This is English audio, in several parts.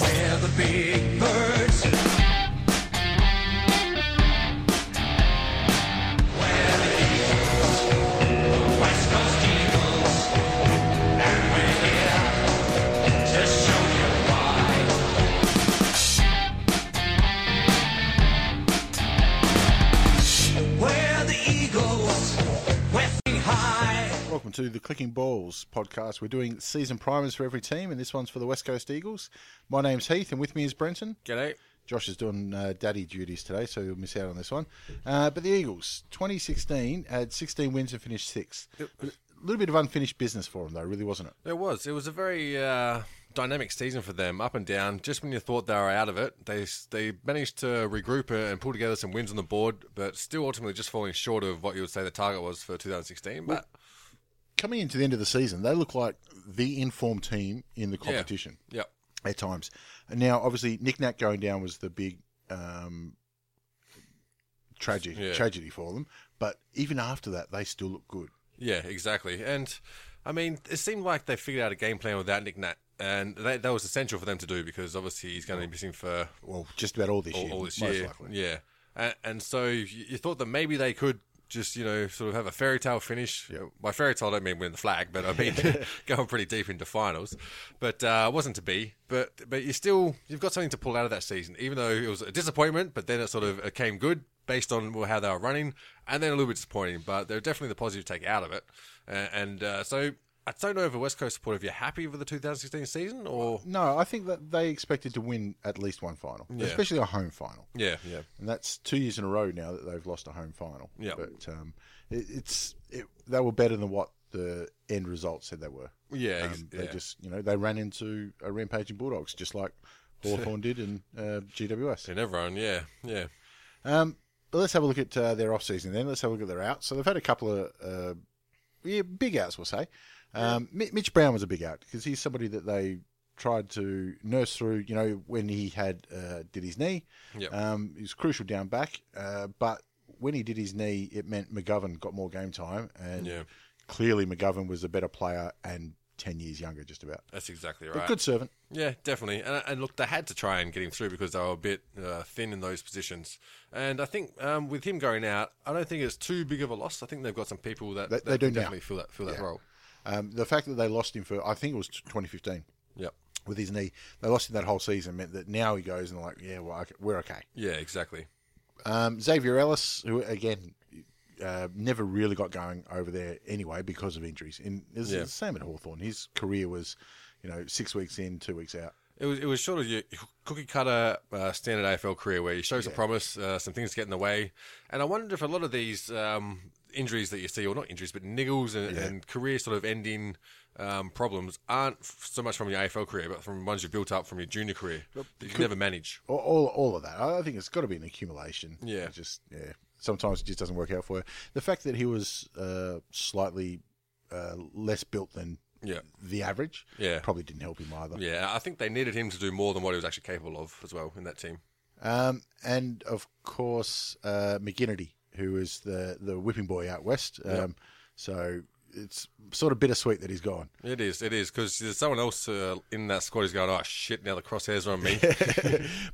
We're the big birds. We're the Eagles, West Coast Eagles, and we're here to show you why. We're the Eagles, we're flying high. Welcome to the Clicking Balls podcast. We're doing season primers for every team, and this one's for the West Coast Eagles. My name's Heath, and with me is Brenton. G'day. Josh is doing uh, daddy duties today, so he'll miss out on this one. Uh, but the Eagles, 2016, had 16 wins and finished sixth. A little bit of unfinished business for them, though, really, wasn't it? There was. It was a very uh, dynamic season for them, up and down. Just when you thought they were out of it, they they managed to regroup and pull together some wins on the board, but still ultimately just falling short of what you would say the target was for 2016. But Coming into the end of the season, they look like the informed team in the competition. yeah, at times. And now, obviously, Nick Nack going down was the big um, tragic Yeah. tragedy for them. But even after that, they still look good. yeah, exactly. And I mean, it seemed like they figured out a game plan without Nick Nat, and that, that was essential for them to do because obviously he's going to be missing for Well, just about all this all, year, all this most year. likely. Yeah, and, and so you, you thought that maybe they could just you know sort of have a fairy tale finish. By fairy tale, I don't mean win the flag, but I mean going pretty deep into finals. But uh, it wasn't to be. But but you still you've got something to pull out of that season, even though it was a disappointment. But then it sort of it came good based on how they were running, and then a little bit disappointing. But they're definitely the positive take out of it, uh, and uh, so. I don't know if a West Coast supporter, if you're happy with the 2016 season or. No, I think that they expected to win at least one final, especially a home final. Yeah, yeah. And that's two years in a row now that they've lost a home final. Yeah. But um, it, it's it, they were better than what the end result said they were. Yeah, ex- Um, they yeah. just you know they ran into a rampaging Bulldogs just like Hawthorn did and uh, GWS. And everyone, yeah, yeah. Um, but let's have a look at uh, their off season then. Let's have a look at their outs. So they've had a couple of uh, yeah, big outs, we'll say. Um, Mi- Mitch Brown was a big out because he's somebody that they tried to nurse through. You know when he had uh, did his knee, Yep. um, he was crucial down back. Uh, but when he did his knee, it meant McGovern got more game time, and Yeah. clearly McGovern was a better player and ten years younger, just about. That's exactly right. But good servant. Yeah, definitely. And, and look, they had to try and get him through because they were a bit uh, thin in those positions. And I think um, with him going out, I don't think it's too big of a loss. I think they've got some people that, They- that they do can now. definitely fill that fill that Yeah. role. Um, the fact that they lost him for I think it was 2015. Yep. with his knee. They lost him that whole season. Meant that now he goes and like, yeah, well, okay, we're okay. Yeah, exactly. Um, Xavier Ellis, who again uh, never really got going over there anyway because of injuries. And it's Yeah. the same at Hawthorn. His career was, you know, six weeks in, two weeks out. It was it was sort of your cookie cutter uh, standard AFL career where you show some promise, uh, some things get in the way, and I wondered if a lot of these um, injuries that you see, or not injuries, but niggles and, and career sort of ending um, problems, aren't f- so much from your AFL career, but from ones you've built up from your junior career that you can never manage. All, all, all of that. I I think it's got to be an accumulation. Yeah. It's just yeah. Sometimes it just doesn't work out for you. The fact that he was uh, slightly uh, less built than Yeah. the average Yeah. probably didn't help him either. Yeah, I think they needed him to do more than what he was actually capable of as well in that team. Um, and of course, uh, McGinnity, who is the, the whipping boy out west. Um, So it's sort of bittersweet that he's gone. It is, it is, because there's someone else uh, in that squad who's going, oh shit, now the crosshairs are on me.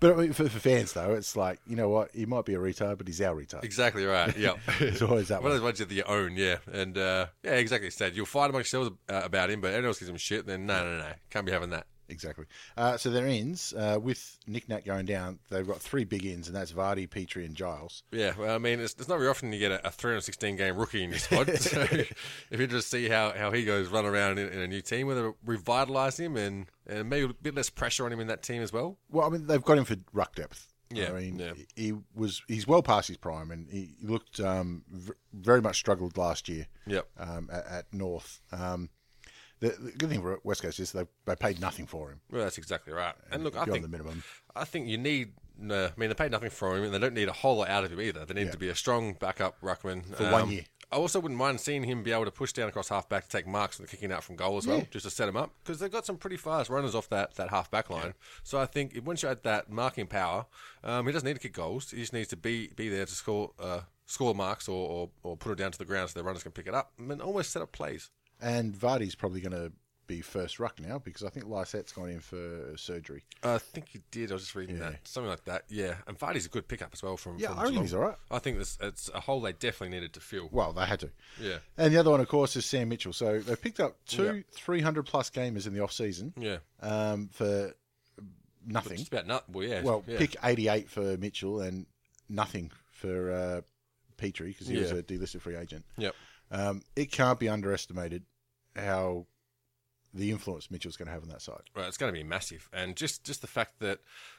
But I mean, for, for fans, though, it's like, you know what? He might be a retard, but he's our retard. exactly right, yeah. It's always that One of one. those ones that you own, yeah. And uh, yeah, exactly, Stad. You'll fight amongst yourselves uh, about him, but anyone else gives him shit, then no, no, no. Can't be having that. Exactly. Uh, so their ends, uh, with Nick Nack going down, they've got three big ends, and that's Vardy, Petrie, and Giles. Yeah, well, I mean, it's, it's not very often you get a, a 316 game rookie in your squad. so if you just see how, how he goes run around in, in a new team, whether revitalise him and, and maybe a bit less pressure on him in that team as well. Well, I mean, they've got him for ruck depth. Yeah, I mean, yeah. he was he's well past his prime, and he looked um, v- very much struggled last year Yep. um, at, at North. Um, the, the good thing for West Coast is they they paid nothing for him Well, that's exactly right. And look, I beyond think the minimum. I think you need. No, I mean, they paid nothing for him, and they don't need a whole lot out of him either. They need to be a strong backup ruckman Um, For one year. I also wouldn't mind seeing him be able to push down across half back to take marks and kicking out from goal as well, just to set him up because they've got some pretty fast runners off that, that half back line. So I think once you add that marking power, um, he doesn't need to kick goals. He just needs to be be there to score uh, score marks or, or, or put it down to the ground so the runners can pick it up and almost set up plays. And Vardy's probably going to be first ruck now because I think Lysette's gone in for surgery. I think he did. I was just reading that, something like that. Yeah, and Vardy's a good pickup as well from. Yeah, from I reckon Geelong. he's all right. I think it's, it's a hole they definitely needed to fill. Well, they had to. Yeah, And the other one, of course, is Sam Mitchell. So they've picked up two 300 plus gamers in the off season yeah. um, for nothing. It's about nut. Well, yeah. Well, yeah. pick 88 for Mitchell and nothing for uh, Petrie because he was Yeah. a delisted free agent. Yep. Um, it can't be underestimated how the influence Mitchell's going to have on that side. Right, it's going to be massive, and just just the fact that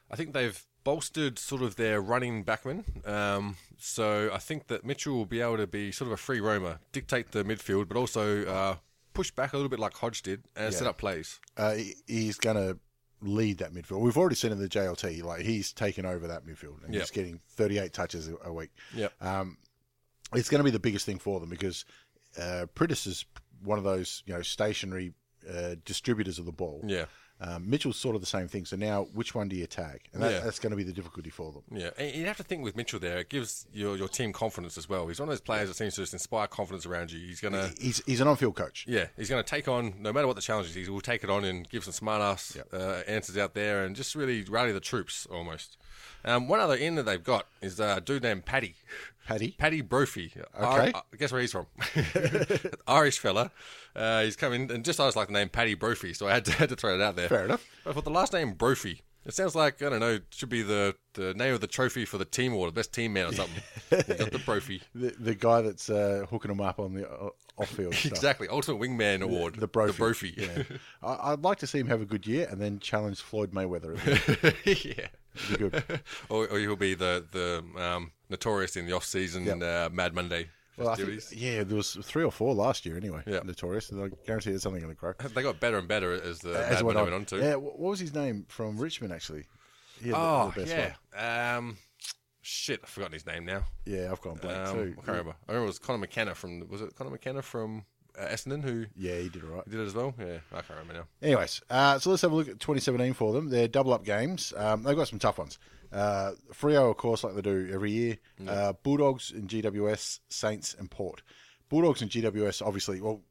I think they've bolstered sort of their running backman. Um, so I think that Mitchell will be able to be sort of a free roamer, dictate the midfield, but also uh, push back a little bit like Hodge did and set up plays. Uh, he- he's going to lead that midfield. We've already seen in the JLT, like he's taken over that midfield and Yep. he's getting 38 touches a- a week. Yep. Um, it's going to be the biggest thing for them because uh, Pritis is one of those you know stationary uh, distributors of the ball. Yeah. Um, Mitchell's sort of the same thing. So now, which one do you tag? And that, Yeah. that's going to be the difficulty for them. Yeah, and you have to think with Mitchell there. It gives your, your team confidence as well. He's one of those players that seems to just inspire confidence around you. He's gonna, He's he's an on-field coach. yeah, he's gonna take on no matter what the challenge is. He will take it on and give some smart ass Yep. uh, answers out there and just really rally the troops almost. Um, one other in that they've got is uh, a dude named Paddy, Paddy. Paddy Brophy. Okay. guess where he's from? Irish fella. Uh, he's come in, and just I just like the name Paddy Brophy, so I had to, had to throw it out there. Fair enough. But for the last name Brophy, it sounds like I don't know. it Should be the, the name of the trophy for the team award, the best team man or something. you got the Brophy, The, the guy that's uh, hooking them up on the uh, off-field stuff. exactly. Ultimate wingman award, The Brophy. The Brophy. Yeah. I, I'd like to see him have a good year and then challenge Floyd Mayweather. It'd be good. Or, or he'll be the the um, notorious in the off season uh, Mad Monday Well, I think, festivities. yeah, there was three or four last year anyway. Yeah. Notorious. and I guarantee there's something going to grow. they got better and better as the Uh, As Mad what Monday I- went on to. Yeah, wh- what was his name from Richmond actually? Yeah, the- Oh, the best yeah. one. Um, shit, I've forgotten his name now. yeah. I've gone blank Um, I too. can't remember. I remember it was Connor McKenna from, was it Connor McKenna from uh, Essendon who Yeah, he did all right. did it as well? Yeah, I can't remember now. Anyways, uh, so let's have a look at 2017 for them. They're double up games. Um, they've got some tough ones. Uh, Frio, of course, like they do every year. Uh, Bulldogs and GWS, Saints and Port. Bulldogs and GWS, obviously, well,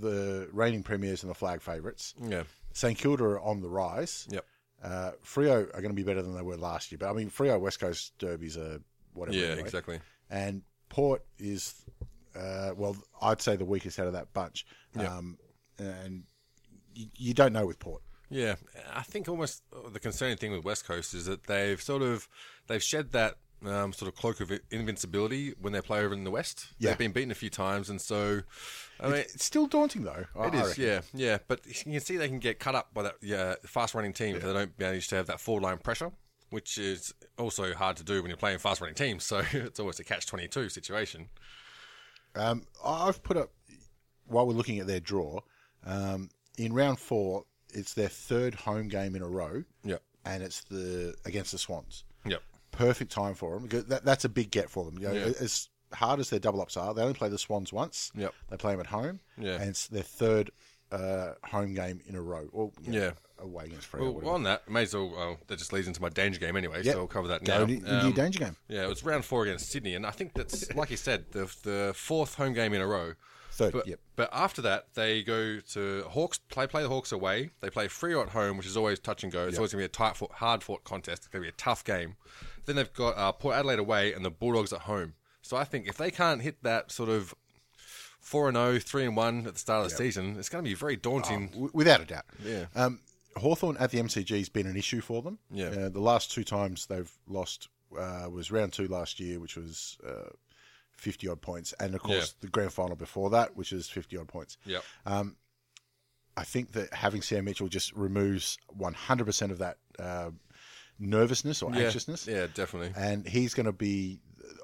the reigning premiers and the flag favourites. Yeah. St Kilda are on the rise. Yep. Uh, Frio are going to be better than they were last year. But I mean, Frio West Coast derbies are whatever. Yeah, anyway. exactly. And Port is, uh, well, I'd say the weakest out of that bunch. Um, and you, you don't know with Port. Yeah, I think almost the concerning thing with West Coast is that they've sort of they've shed that um, sort of cloak of invincibility when they play over in the West. Yeah. They've been beaten a few times, and so I mean, It's still daunting though. I- It I is, reckon. yeah, yeah. But you can see they can get cut up by that yeah, fast running team if they don't manage to have that forward line pressure, which is also hard to do when you're playing fast running teams. So it's always a catch 22 situation. Um, I- I've put up while we're looking at their draw. Um, in round four, it's their third home game in a row, Yep. and it's the against the Swans. Yep. perfect time for them. Because that, that's a big get for them. You know, Yeah. As hard as their double ups are, they only play the Swans once. Yep. They play them at home. Yeah. And it's their third uh, home game in a row. Or, you know, Yeah. Away against Freo. Well, whatever. on that, may as well, well, that just leads into my danger game anyway, Yep. so I'll cover that Go now. into- into your Um, danger game. Yeah, it was round four against Sydney, and I think that's, like you said, the, the fourth home game in a row. Third, But, yep. but after that, they go to Hawks. Play play the Hawks away. They play Freo at home, which is always touch and go. It's always going to be a tight, fought, hard fought contest. It's going to be a tough game. Then they've got uh, Port Adelaide away and the Bulldogs at home. So I think if they can't hit that sort of four and 0, 3 and one at the start of the season, it's going to be very daunting. W- without a doubt. Yeah. Um, Hawthorn at the MCG has been an issue for them. Yeah. Uh, the last two times they've lost uh, was round two last year, which was uh, 50 odd points. And of course, the grand final before that, which is 50 odd points. Yep. I think that having Sam Mitchell just removes 100% of that uh, nervousness or Yeah. anxiousness. Yeah, definitely. And he's going to be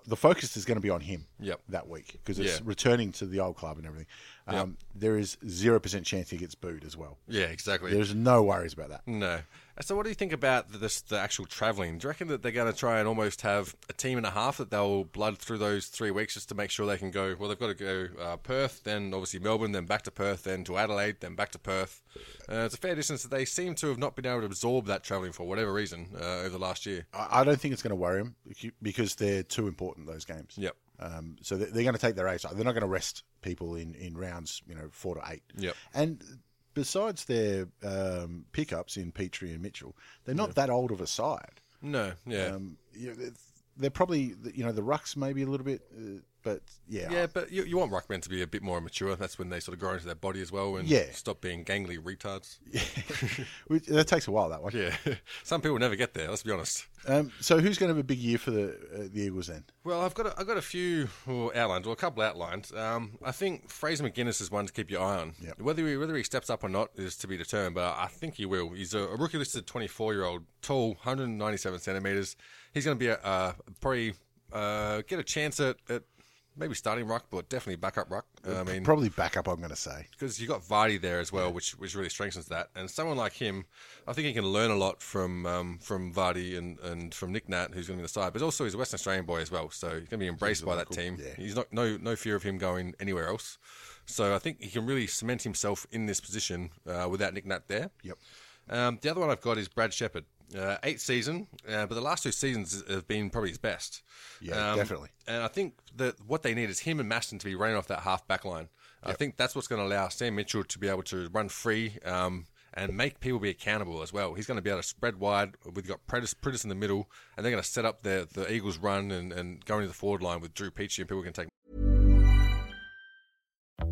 the focus is going to be on him Yep. that week because it's Yeah. returning to the old club and everything. Um, There is 0% chance he gets booed as well. Yeah, exactly. There's no worries about that. No. Uh, So, what do you think about the, this, the actual traveling? Do you reckon that they're going to try and almost have a team and a half that they'll blood through those three weeks just to make sure they can go? Well, they've got to go uh, Perth, then obviously Melbourne, then back to Perth, then to Adelaide, then back to Perth. Uh, it's a fair distance that they seem to have not been able to absorb that traveling for whatever reason uh, over the last year. I I don't think it's going to worry him because they're too important, those games. Yep. Um, so they- they're going to take their ace. They're not going to rest people in, in rounds, you know, four to eight. Yep. And besides their um, pickups in Petrie and Mitchell, they're not that old of a side. No. Yeah. Um, you know, they're- they're probably, you know, the rucks maybe a little bit, uh, but yeah, yeah, but you, you want ruckmen to be a bit more mature. That's when they sort of grow into their body as well and Yeah. stop being gangly retards. Which- that takes a while that one. Yeah. Some people never get there. Let's be honest. Um, so who's going to have a big year for the uh, the Eagles then? Well, I've got a, I've got a few well, outlined, or a couple outlined. Um, I think Fraser McGuinness is one to keep your eye on. Yep. Whether he whether he steps up or not is to be determined, but I think he will. He's a, a rookie listed 24 year old, tall, 197 centimeters. He's going to be a, uh, probably uh, get a chance at, at maybe starting ruck, but definitely backup ruck. I mean, Probably backup. I'm going to say. because you got Vardy there as well, which which really strengthens that. And someone like him, I think he can learn a lot from um, from Vardy and, and from Nick Nat, who's going to be on the side. But also, he's a Western Australian boy as well, so he's going to be embraced by that team. He's not no no fear of him going anywhere else. So I think he can really cement himself in this position uh, without Nick Nat there. Yep. Um, the other one I've got is Brad Shepard. Uh, eighth season, uh, but the last two seasons have been probably his best. Yeah, definitely. And I think that what they need is him and Maston to be running off that half back line. I think that's what's going to allow Sam Mitchell to be able to run free um, and make people be accountable as well. He's going to be able to spread wide. We've got Prentice, Prentice in the middle, and they're going to set up the, the Eagles' run and, and go into the forward line with Drew Peachy, and people can take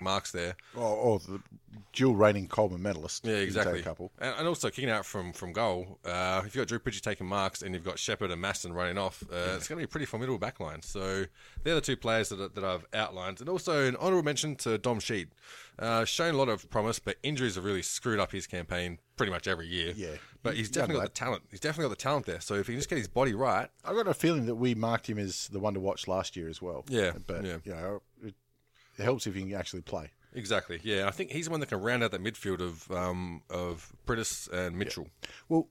marks there. Or, or the dual reigning Coleman medalist. Yeah, You can take exactly. A couple. And, and also kicking out from from goal. Uh, if you've got Drew Pidgey taking marks and you've got Shepard and Maston running off, uh, it's going to be a pretty formidable backline. So they're the two players that, I- that I've outlined. And also an honourable mention to Dom Sheed. Uh, shown a lot of promise, but injuries have really screwed up his campaign pretty much every year. Yeah. But he's definitely got the talent. He's definitely got the talent there. So if he can just get his body right, I got a feeling that we marked him as the one to watch last year as well. Yeah, but yeah. you know, it helps if he can actually play. exactly. Yeah, I think he's the one that can round out that midfield of um, of Pritis and Mitchell. Well,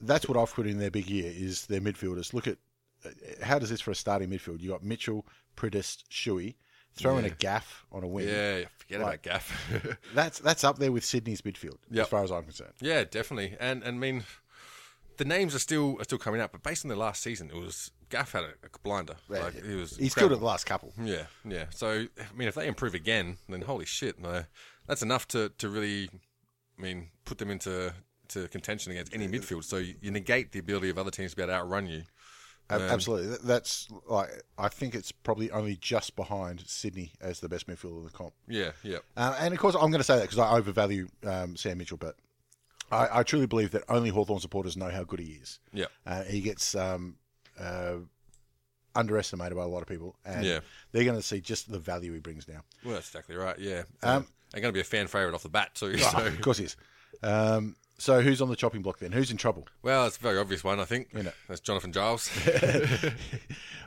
that's what I've put in their big year is their midfielders. Look at uh, how does this for a starting midfield? You got Mitchell, Pritis, Shuey, throw in a gaff on a wing. Yeah, forget Like- about Gaff. That's that's up there with Sydney's midfield Yep. as far as I'm concerned. Yeah, definitely. And and I mean, the names are still are still coming out, but based on the last season, it was Gaff had a, a blinder. Like he was. He's still at the incredible. last couple. Yeah, yeah. So I mean, if they improve again, then holy shit, no, that's enough to to really, I mean, put them into to contention against any midfield. So you, you negate the ability of other teams to be able to outrun you. Ab- Absolutely. Th- That's like I think it's probably only just behind Sydney as the best midfielder in the comp. Yeah, yeah. Uh, and of course, I'm going to say that because I overvalue um, Sam Mitchell, but I, I truly believe that only Hawthorn supporters know how good he is. Yeah. Uh, he gets um, uh, underestimated by a lot of people, and Yeah. they're going to see just the value he brings now. Well, that's exactly right. Yeah. Um, and going to be a fan favorite off the bat too. Ah, So. of course, he is. Um, so, who's on the chopping block then? Who's in trouble? Well, it's a very obvious one, I think. You know. That's Jonathan Giles.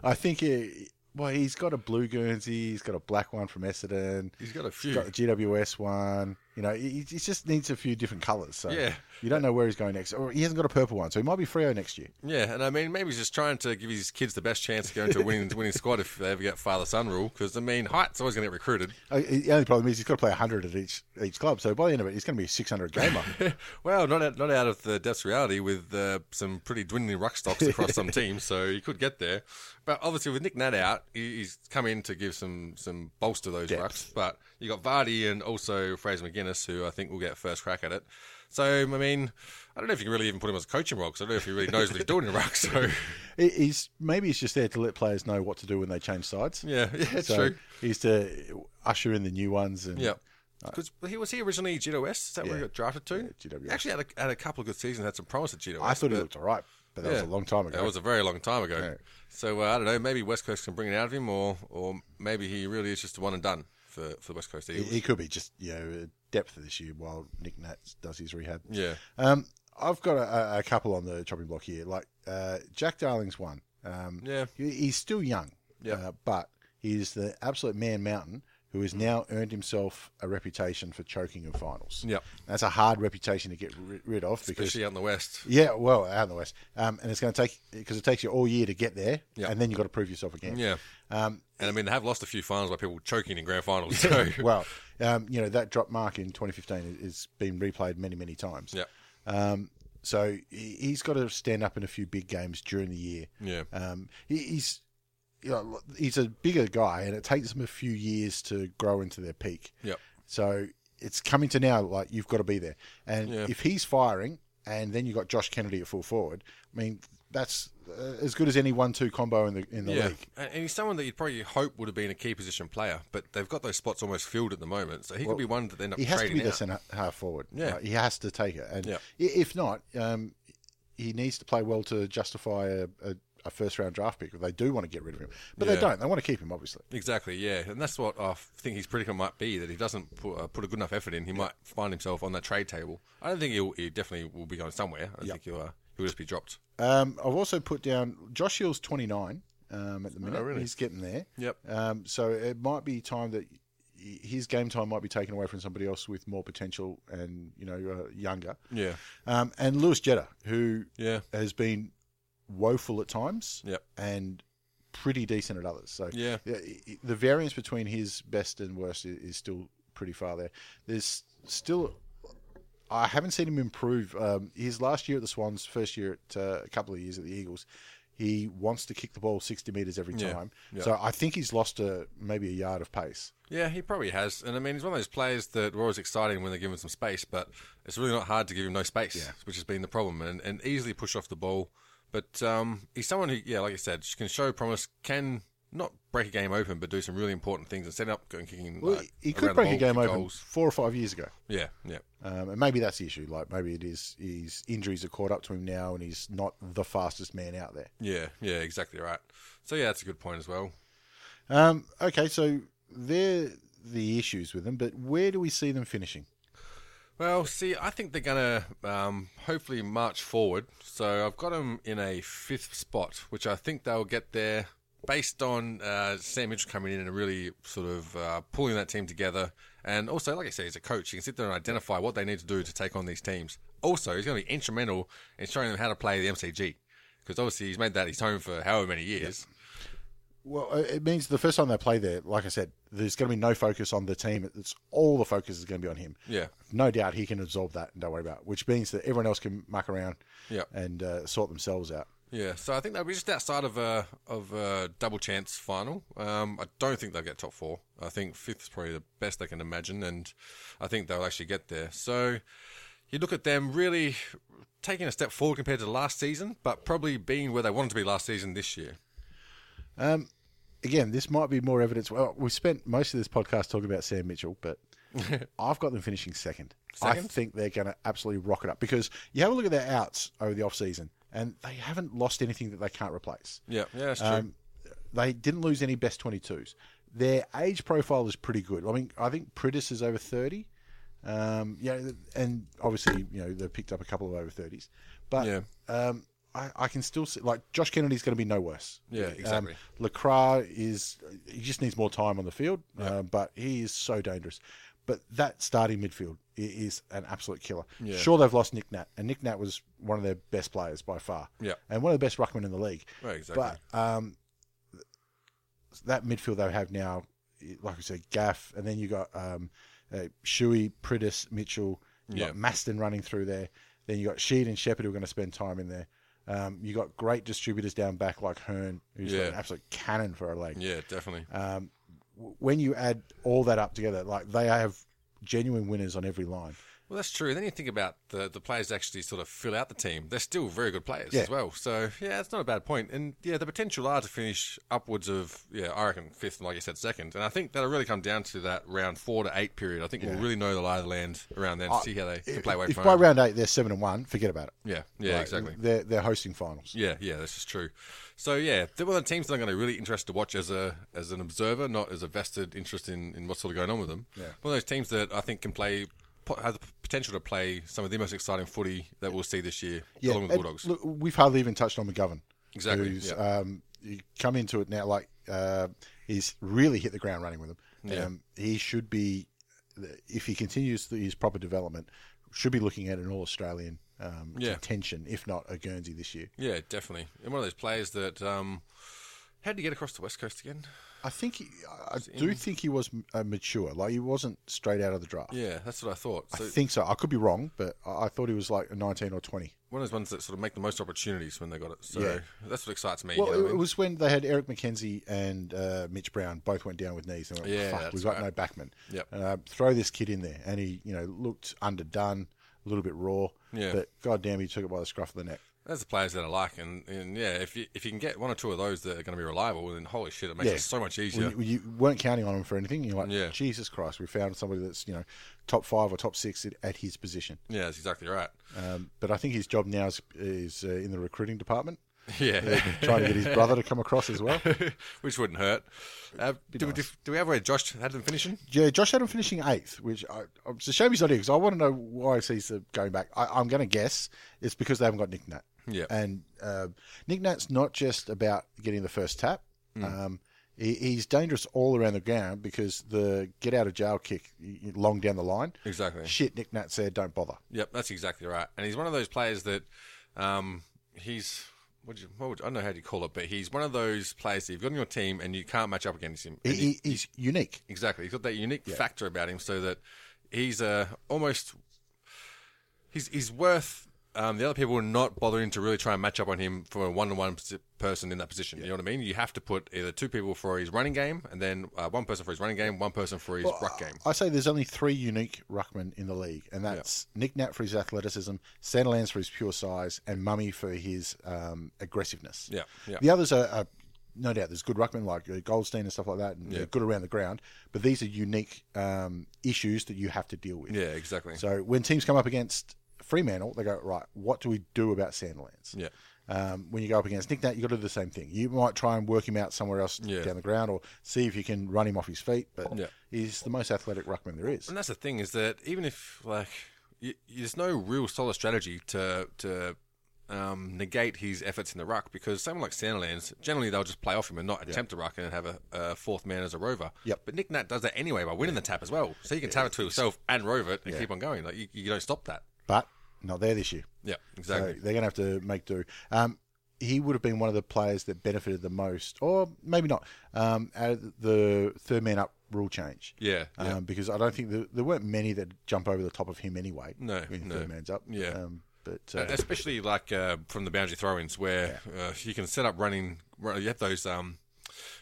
I think he, well, he's got a blue Guernsey, he's got a black one from Essendon, He's got a few. he's got a GWS one. You know, he, he just needs a few different colours. So Yeah. you don't know where he's going next. Or he hasn't got a purple one, so he might be Freo next year. Yeah, and I mean, maybe he's just trying to give his kids the best chance to go into a winning, winning squad if they ever get father son rule. Because, I mean, height's always going to get recruited. Uh, The only problem is he's got to play 100 at each each club. So by the end of it, he's going to be a 600 gamer. Well, not out, not out of the depths of reality with uh, some pretty dwindling ruck stocks across some teams, so he could get there. But obviously, with Nick Nat out, he, he's come in to give some some bolster those rucks. But you got Vardy and also Fraser McGuinness McGuinness, who I think will get first crack at it. So, I mean, I don't know if you can really even put him as a coaching role because I don't know if he really knows what he's doing in ruck. So, He- He's maybe he's just there to let players know what to do when they change sides. yeah, yeah, it's so true. He's to usher in the new ones and Yeah. Because he was he originally Gito West? Is that where he Yeah. got drafted to? Yeah, GWS. Actually, had a, had a couple of good seasons, had some promise at Gito I West. thought he but- looked all right, but that was a long time ago. That was a very long time ago. Yeah. So uh, I don't know. Maybe West Coast can bring it out of him, or or maybe he really is just a one and done for for the West Coast he, Eagles. he could be just you know depth this year while Nick Nat does his rehab. yeah, Um, I've got a, a- a couple on the chopping block here. Like uh, Jack Darling's one. Um, Yeah. he- he's still young. Yeah. uh, but he is the absolute man mountain who has now earned himself a reputation for choking in finals. Yep. that's a hard reputation to get ri- rid of because especially out in the West. yeah, well, out in the west, um, and it's going to take because it takes you all year to get there, Yeah. and then you've got to prove yourself again. Yeah, Um, and I mean they have lost a few finals by people choking in grand finals. So well, um, you know that drop mark in 2015 has been replayed many, many times. yeah, Um, so he- he's got to stand up in a few big games during the year. yeah, Um, he, he's you know, he's a bigger guy, and it takes him a few years to grow into their peak. yeah, So it's coming to now. Like you've got to be there, and Yeah. if he's firing, and then you have got Josh Kennedy at full forward. I mean, that's uh, as good as any one-two combo in the in the yeah. league. And, and he's someone that you'd probably hope would have been a key position player, but they've got those spots almost filled at the moment. So he could be one that they end up He has to trading be the out. centre half forward. Yeah. Like, he has to take it, and Yeah. i if not, um, he needs to play well to justify a, a, a first round draft pick. They do want to get rid of him, but Yeah. they don't. They want to keep him, obviously. Exactly, yeah, and that's what I think his predicament might be. That if he doesn't put, uh, put a good enough effort in, he might find himself on that trade table. I don't think he'll, he definitely will be going somewhere. I don't think he'll uh, he'll just be dropped. Um, I've also put down Josh Hill's twenty nine um, at the minute. Oh, really? He's getting there. Yep. Um, so it might be time that y- his game time might be taken away from somebody else with more potential and you know uh, younger. Yeah, Um, and Lewis Jetta, who yeah, has been woeful at times. Yep. And pretty decent at others. So Yeah. i- i- the variance between his best and worst i- is still pretty far there. There's still. I haven't seen him improve. Um, his last year at the Swans, first year at uh, a couple of years at the Eagles, he wants to kick the ball 60 metres every Yeah. time. Yeah. So I think he's lost a, maybe a yard of pace. yeah. He probably has, and I mean, he's one of those players that were always exciting when they give him some space, but it's really not hard to give him no space, which has been the problem, and, and easily push off the ball. But um, he's someone who, yeah, like I said, can show promise, can not break a game open, but do some really important things and set up and kicking. Well, like, he around the could break a ball, game kick open goals. four or five years ago. Yeah, yeah. Um, and maybe that's the issue. Like maybe it is his injuries are caught up to him now, and he's not the fastest man out there. Yeah, yeah, exactly right. So yeah, that's a good point as well. Um, okay, so they're the issues with them, but where do we see them finishing? Well, see, I think they're gonna um, hopefully march forward. So I've got them in a fifth spot, which I think they'll get there based on uh, Sam Mitchell coming in and really sort of uh, pulling that team together. And also, like I say, as a coach, you can sit there and identify what they need to do to take on these teams. Also, he's going to be instrumental in showing them how to play the MCG because obviously he's made that his home for however many years. Well, uh, it means the first time they play there, like I said, there's going to be no focus on the team. It's all the focus is going to be on him. Yeah. no doubt he can absorb that, and don't worry about. It, which means that everyone else can muck around, Yeah. and uh, sort themselves out. Yeah, so I think they'll be just outside of a of a double chance final. Um, I don't think they'll get top four. I think fifth is probably the best they can imagine, and I think they'll actually get there. So you look at them really taking a step forward compared to last season, but probably being where they wanted to be last season this year. Um, again, this might be more evidence. Well, we spent most of this podcast talking about Sam Mitchell, but I've got them finishing second. I Second? think they're going to absolutely rock it up because you have a look at their outs over the off season, and they haven't lost anything that they can't replace. Yeah, yeah, that's true. Um, they didn't lose any best 22s. Their age profile is pretty good. I mean, I think Pridis is over 30. Um, yeah, and obviously, you know, they've picked up a couple of over 30s. But Yeah. um, I, I can still see, like, Josh Kennedy's going to be no worse. Yeah, exactly. Um, Lacroix is, he just needs more time on the field, um, but he is so dangerous. But that starting midfield i- is an absolute killer. Sure, they've lost Nick Nat, and Nick Nat was one of their best players by far. Yeah. And one of the best ruckmen in the league. Right, exactly. But um, th- that midfield they have now, i- like I said, Gaff, and then you got um, uh, Shuey, Pridis, Mitchell, you Yeah. got Maston running through there. Then you got Sheed and Shepherd who are going to spend time in there. Um, you got great distributors down back like Hearn, who's Yeah. like an absolute cannon for a leg. Um, yeah, definitely. When you add all that up together, like they have genuine winners on every line. Well, that's true. Then you think about the the players that actually sort of fill out the team. They're still very good players Yeah. as well. So yeah, it's not a bad point. And yeah, the potential are to finish upwards of yeah, I reckon fifth, and like you said, second. And I think that'll really come down to that round four to eight period. I think we'll really know the lie of the land around then. see how they can play away if from by home. round eight they're seven and one, forget about it. Yeah, yeah, Like, exactly. They're they're hosting finals. Yeah, yeah, this is true. So yeah, they're one of the teams that I'm going to be really interested to watch as a as an observer, not as a vested interest in, in what's sort of going on with them. Yeah. One of those teams that I think can play po- have the potential to play some of the most exciting footy that we'll see this year, along with the and Bulldogs. Look, we've hardly even touched on McGovern. Exactly, Who's yeah. um, you come into it now like uh, he's really hit the ground running with him. Yeah. Um, he should be, if he continues his proper development, should be looking at an All Australian um, Yeah. contention, if not a Guernsey this year. yeah, definitely. And one of those players that um, how did he get across the west coast again? I think he, I I do think he was uh, mature. Like he wasn't straight out of the draft. Yeah, that's what I thought. I So think so. I could be wrong, but I I thought he was like 19 or 20. one of those ones that sort of make the most opportunities when they got it. So Yeah. that's what excites me. Well, you know what I it mean? was when they had Eric McKenzie and uh, Mitch Brown both went down with knees. And went, Yeah, fuck, that's we've got no right. backman. Yep. Uh, throw this kid in there, and he, you know, looked underdone, a little bit raw. Yeah. But goddamn, he took it by the scruff of the neck. That's the players that I like, and, and yeah, if you if you can get one or two of those that are going to be reliable, then holy shit, it makes Yeah. it so much easier. When you, you weren't counting on him for anything. You're like, Yeah. Jesus Christ, we found somebody that's you know top five or top six at, at his position. yeah, that's exactly right. Um, but I think his job now is, is uh, in the recruiting department, uh, Yeah, trying to get his brother to come across as well. which wouldn't hurt. Uh, do, we, do, do we have where Josh had them finishing? Yeah, Josh had him finishing eighth, which I, it's a shame he's not here because I want to know why he's uh, going back. I, I'm going to guess it's because they haven't got Nick Nat. Yeah. And uh, Nick Nat's not just about getting the first tap. Mm. Um, he, he's dangerous all around the ground because the get out of jail kick y- y- long down the line. Exactly. Shit, Nick Nat said, don't bother. Yep, that's exactly right. And he's one of those players that um, he's. What do you, what would, I don't know how you call it, but he's one of those players that you've got on your team and you can't match up against him. He, And you- he, he's unique. Exactly. He's got that unique factor about him, so that he's uh, almost he's he's worth um, the other people not bothering to really try and match up on him for a one-on-one posi- person in that position. You know what I mean? You have to put either two people for his running game, and then uh, one person for his running game, one person for his ruck game. I say there's only three unique ruckmen in the league, and that's Nick Nat for his athleticism, Santa Lance for his pure size, and Mummy for his um, aggressiveness. Yeah, yeah. The others are, are no doubt there's good ruckmen like uh, Goldstein and stuff like that, and they're good around the ground. But these are unique um, issues that you have to deal with. Yeah, exactly. So when teams come up against Fremantle, they go right. What do we do about Santa Lance? yeah, Um, when you go up against Nick Nat, you've got to do the same thing. You might try and work him out somewhere else Yeah. down the ground or see if you can run him off his feet, but Yeah. he's the most athletic ruckman there is. and that's the thing is that even if like y y- there's no real solid strategy to to um, negate his efforts in the ruck because someone like Sandilands, generally they'll just play off him and not attempt a ruck and have a, a fourth man as a rover. Yep. But Nick Nat does that anyway by winning the tap as well, so he can tap it to himself and rover it and keep on going. Like you, you don't stop that. But not there this year. Yeah, So exactly. they're going to have to make do. Um, he would have been one of the players that benefited the most, or maybe not, um, out of the third man up rule change. Yeah, Um, yeah. Because I don't think there, there weren't many that jump over the top of him anyway. No, when no. third man's up. Yeah. Um, but uh, Uh, especially like uh, from the boundary throw-ins where uh, you can set up running. run- You have those. Um,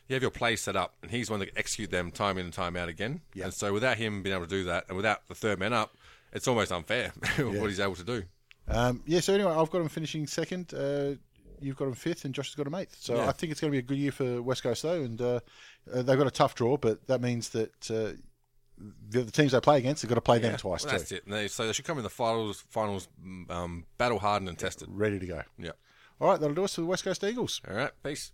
you have your play set up, and he's the one that can execute them time in and time out again. And so without him being able to do that, and without the third man up, it's almost unfair what he's able to do. Um, yeah, so anyway, I've got him finishing second. Uh, you've got him fifth, and Josh has got him eighth. So Yeah. I think it's going to be a good year for West Coast, though. And uh, uh, they've got a tough draw, but that means that uh, the, the teams they play against, they've got to play them twice, Well, too. that's it. And they, so they should come in the finals, finals, mm, um, battle hardened and tested. Ready to go. Yeah. All right, that'll do us for the West Coast Eagles. All right. Peace.